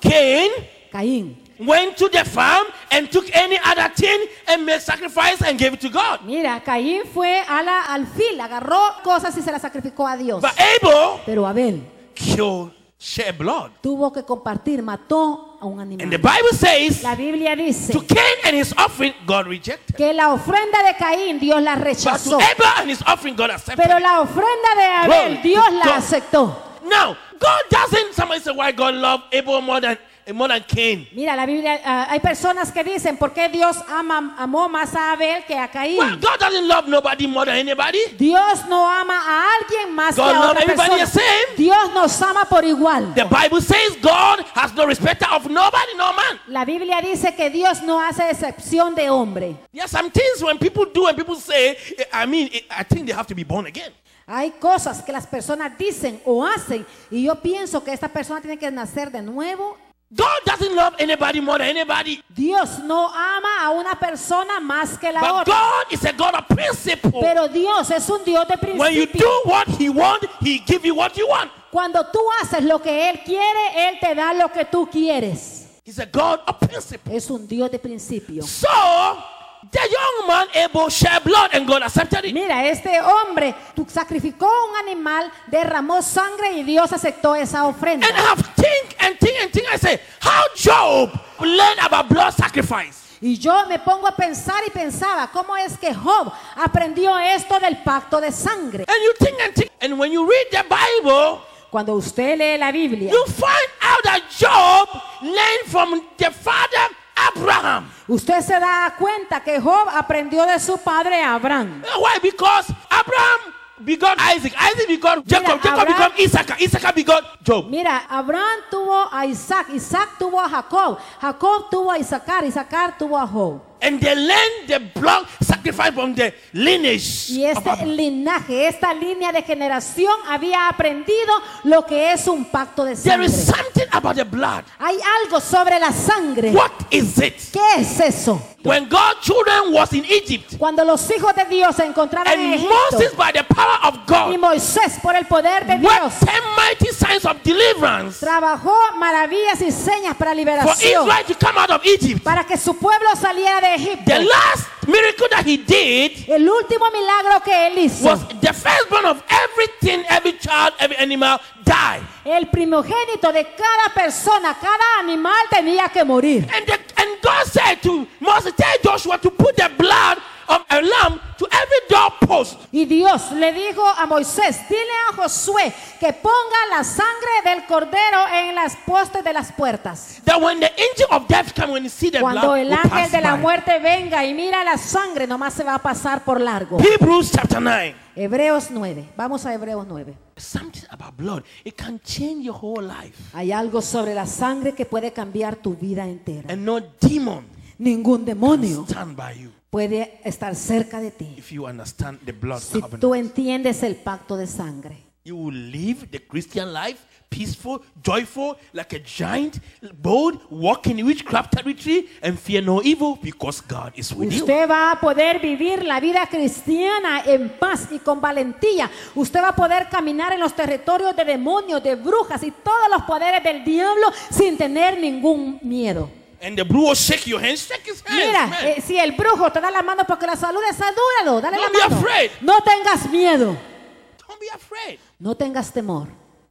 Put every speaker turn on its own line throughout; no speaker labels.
Cain
Caín.
went to the farm and took any other thing and made sacrifice and gave it to God.
Mira, Caín fue a la alfil, agarró cosas y se las sacrificó a Dios.
But Abel
Pero Abel
killed, shed blood.
tuvo que compartir, mató a un
And the
animal.
Bible says
La Biblia dice
to Cain and his offering, God rejected.
que la ofrenda de Caín Dios la
But to
rechazó.
Abel and his offering, God accepted.
Pero la ofrenda de
Glory
Abel Dios
to
la
God.
aceptó.
Now, God doesn't, somebody say, why God loved Abel more than, more than Cain.
Mira, la Biblia, ah, hay personas que dicen, ¿por qué Dios ama, amó más a Abel que a
Well,
Caín?
God doesn't love nobody more than anybody.
Dios no ama a alguien más
God
que
love
a otra
everybody
persona.
the same.
Dios nos ama por igual.
The Bible says God has no respecter of nobody, no man.
La Biblia dice que Dios no hace excepción de hombre.
There are some things when people do and people say, eh, I mean, eh, I think they have to be born again.
Hay cosas que las personas dicen o hacen y yo pienso que esta persona tiene que nacer de nuevo.
God doesn't love anybody more than anybody.
Dios no ama a una persona más que la
But
otra.
God is a God of principle.
Pero Dios es un Dios de
When you
principio.
do what He wants, He give you what you want.
Cuando tú haces lo que Él quiere, Él te da lo que tú quieres.
He's a God of principle.
Es un Dios de principio.
So the young man Abel shed blood and God accepted it.
Mira, este hombre tú sacrificó un animal, derramó sangre y Dios aceptó esa ofrenda.
And I have think and think and think. I say, how Job learned about blood sacrifice?
Y yo me pongo a pensar y pensaba, ¿cómo es que Job aprendió esto del pacto de sangre?
And you think and think. And when you read the Bible,
Cuando usted lee la Biblia,
you find out that Job learned from the father Abraham.
usted se da cuenta que Job aprendió de su padre Abraham.
Why? Because Abraham begot Isaac. Isaac begot Jacob.
Mira,
Jacob
Abraham-
begot Isaac. Isaac begot Job.
Mira, Abraham tuvo a Isaac, Isaac tuvo a Jacob, Jacob tuvo a Isaacar, Isaacar tuvo a Job.
And they learned the blood sacrifice from the lineage.
Y
of
este
Abraham.
linaje, esta línea de generación había aprendido lo que es un pacto de
There
sangre.
is something about the blood.
Hay algo sobre la sangre.
What is it?
¿Qué es eso?
When God's children was in Egypt
Cuando los hijos de Dios se encontraban en
and
Egipto
Moses by the power of
y
God
Moisés por el poder de Dios
worked ten mighty signs of deliverance
trabajó maravillas y señas para
for
liberación
Israel to come out of Egypt.
para que su pueblo saliera de Egipto.
The last miracle that he did
El último milagro que él hizo,
was the firstborn of everything, every child, every animal died.
el primogénito de cada persona, cada animal tenía que morir.
And, the, and God said to Moses, tell Joshua to put the blood of a lamb to every doorpost.
Y Dios le dijo a Moisés, dile a Josué que ponga la sangre del cordero en las postes de las puertas.
That when the angel of death comes, when he see the
Cuando
blood,
el
will
ángel
pass
de la
by.
muerte venga y mira la sangre, nomás se va a pasar por largo.
Hebrews chapter 9.
Hebreos 9, vamos a Hebreos 9.
Something about blood. It can change your whole life.
Hay algo sobre la sangre que puede cambiar tu vida entera.
And no demon
Ningún demonio
stand by you
puede estar cerca de ti.
if you understand the blood
Si
covenant.
tú entiendes el pacto de sangre,
You will live the Christian life peaceful, joyful, like a giant, bold, walk in witchcraft territory, and fear no evil because God is with you.
usted va a poder vivir la vida cristiana en paz y con valentía. Usted va a poder caminar en los territorios de demonios, de brujas y todos los poderes del diablo sin tener ningún miedo.
And the brew will shake your hand. Shake his hand.
Mira,
man.
eh, si el brujo te da la mano porque la salud es salúdalo, dale
Don't be
la mano.
afraid.
No tengas miedo,
Don't be afraid.
no tengas temor.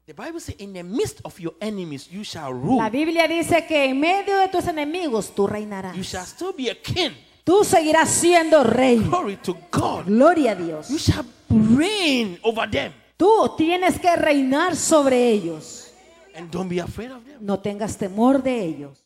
The Bible says, in the midst of your enemies, you shall rule.
La Biblia dice que en medio de tus enemigos tú
You
reinarás.
shall still be a king.
Tú seguirás siendo rey.
Glory to God.
Gloria a Dios.
You shall reign over them.
Tú tienes que reinar sobre ellos.
And don't be afraid of them.
No tengas temor de ellos.